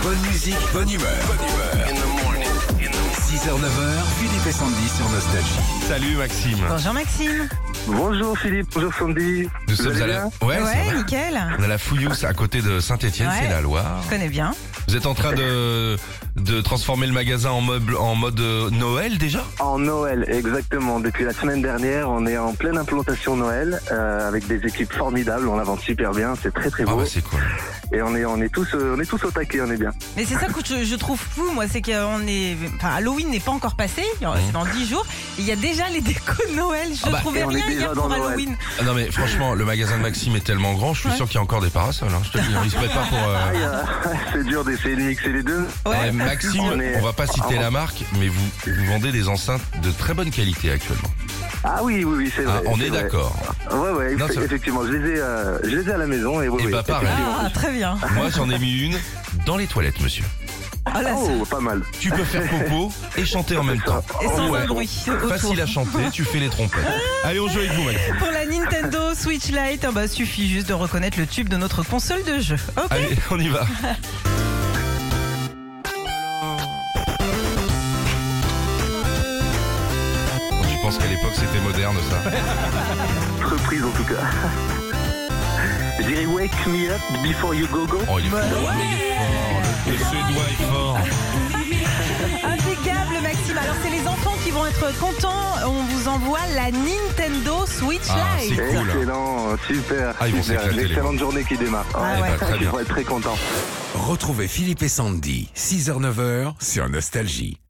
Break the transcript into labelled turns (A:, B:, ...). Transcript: A: Bonne musique, bonne humeur. 6h, 9h, Philippe et Sandy sur Nostalgie.
B: Salut Maxime.
C: Bonjour Maxime.
D: Bonjour Philippe, bonjour Sandy.
B: Nous
D: Vous
B: sommes
D: allez
B: à la... Ouais, c'est vrai.
C: nickel.
B: On a la Fouillousse à côté de Saint-Etienne,
C: Ouais.
B: c'est la Loire.
C: Je connais bien.
B: Vous êtes en train de, de transformer le magasin en, meuble, en mode euh, Noël déjà
D: En Noël, exactement. Depuis la semaine dernière, on est en pleine implantation Noël euh, avec des équipes formidables. On avance super bien, c'est très très
B: Ah
D: beau.
B: bah c'est cool.
D: Et on est on est tous euh, on est tous au taquet, on est bien.
C: Mais c'est ça que je, je trouve fou, moi, c'est qu'on est. Enfin, Halloween n'est pas encore passé,
B: Mmh.
C: c'est dans 10 jours. et Il y a déjà les décos de Noël. Je
B: Ah bah,
C: trouvais
D: et on est
C: rien
D: déjà
C: hier
D: dans
C: pour
D: Noël.
C: Halloween.
B: Ah non mais franchement, le magasin de Maxime est tellement grand, je suis
C: Ouais.
B: sûr qu'il y a encore des parasols. hein, je te le dis, on se prépare pour... euh,
D: Aïe, euh, c'est dur d'essayer de mixer les deux.
B: eh,
C: Ouais.
B: Maxime,
D: On est-
B: on va pas citer la marque, mais vous, vous vendez des enceintes de très bonne qualité actuellement.
D: Ah oui oui oui c'est
B: Ah,
D: vrai.
B: on
D: c'est
B: est
D: vrai.
B: d'accord.
D: Ouais ouais
B: Non,
D: eff-
B: c'est vrai.
D: effectivement je les ai euh, je les ai à la maison et oui
B: Eh
D: oui.
B: bah, pareil.
C: Ah, très bien.
B: Moi j'en ai mis une dans les toilettes, monsieur.
C: Ah, là, c'est-
D: Oh pas mal.
B: Tu peux faire popo et chanter en même temps.
C: et sans
B: Ouais.
C: un bruit. autour.
B: Facile à chanter, tu fais les trompettes. Allez, on joue avec vous, Maxime.
C: Pour la Nintendo Switch Lite, ah bah, suffit juste de reconnaître le tube de notre console de jeu. Ok.
B: Allez, on y va. Je pense qu'à l'époque c'était moderne ça.
D: Reprise en tout cas. Je dirais Wake Me Up Before You Go Go.
B: Oh il est fort, il est fort. Le suédois est fort.
C: Impeccable Maxime. Alors c'est les enfants qui vont être contents. On vous envoie la Nintendo Switch
B: Ah,
C: Lite.
B: c'est Cool.
D: Excellent, super.
B: Ah, ils vont
D: Super,
B: s'éclater, les
D: Excellente journée qui démarre.
C: Ah
B: Eh ben,
C: ouais.
B: très
D: Ils
B: bien.
D: vont être très contents.
A: Retrouvez Philippe et Sandy, 6h, 9h sur Nostalgie.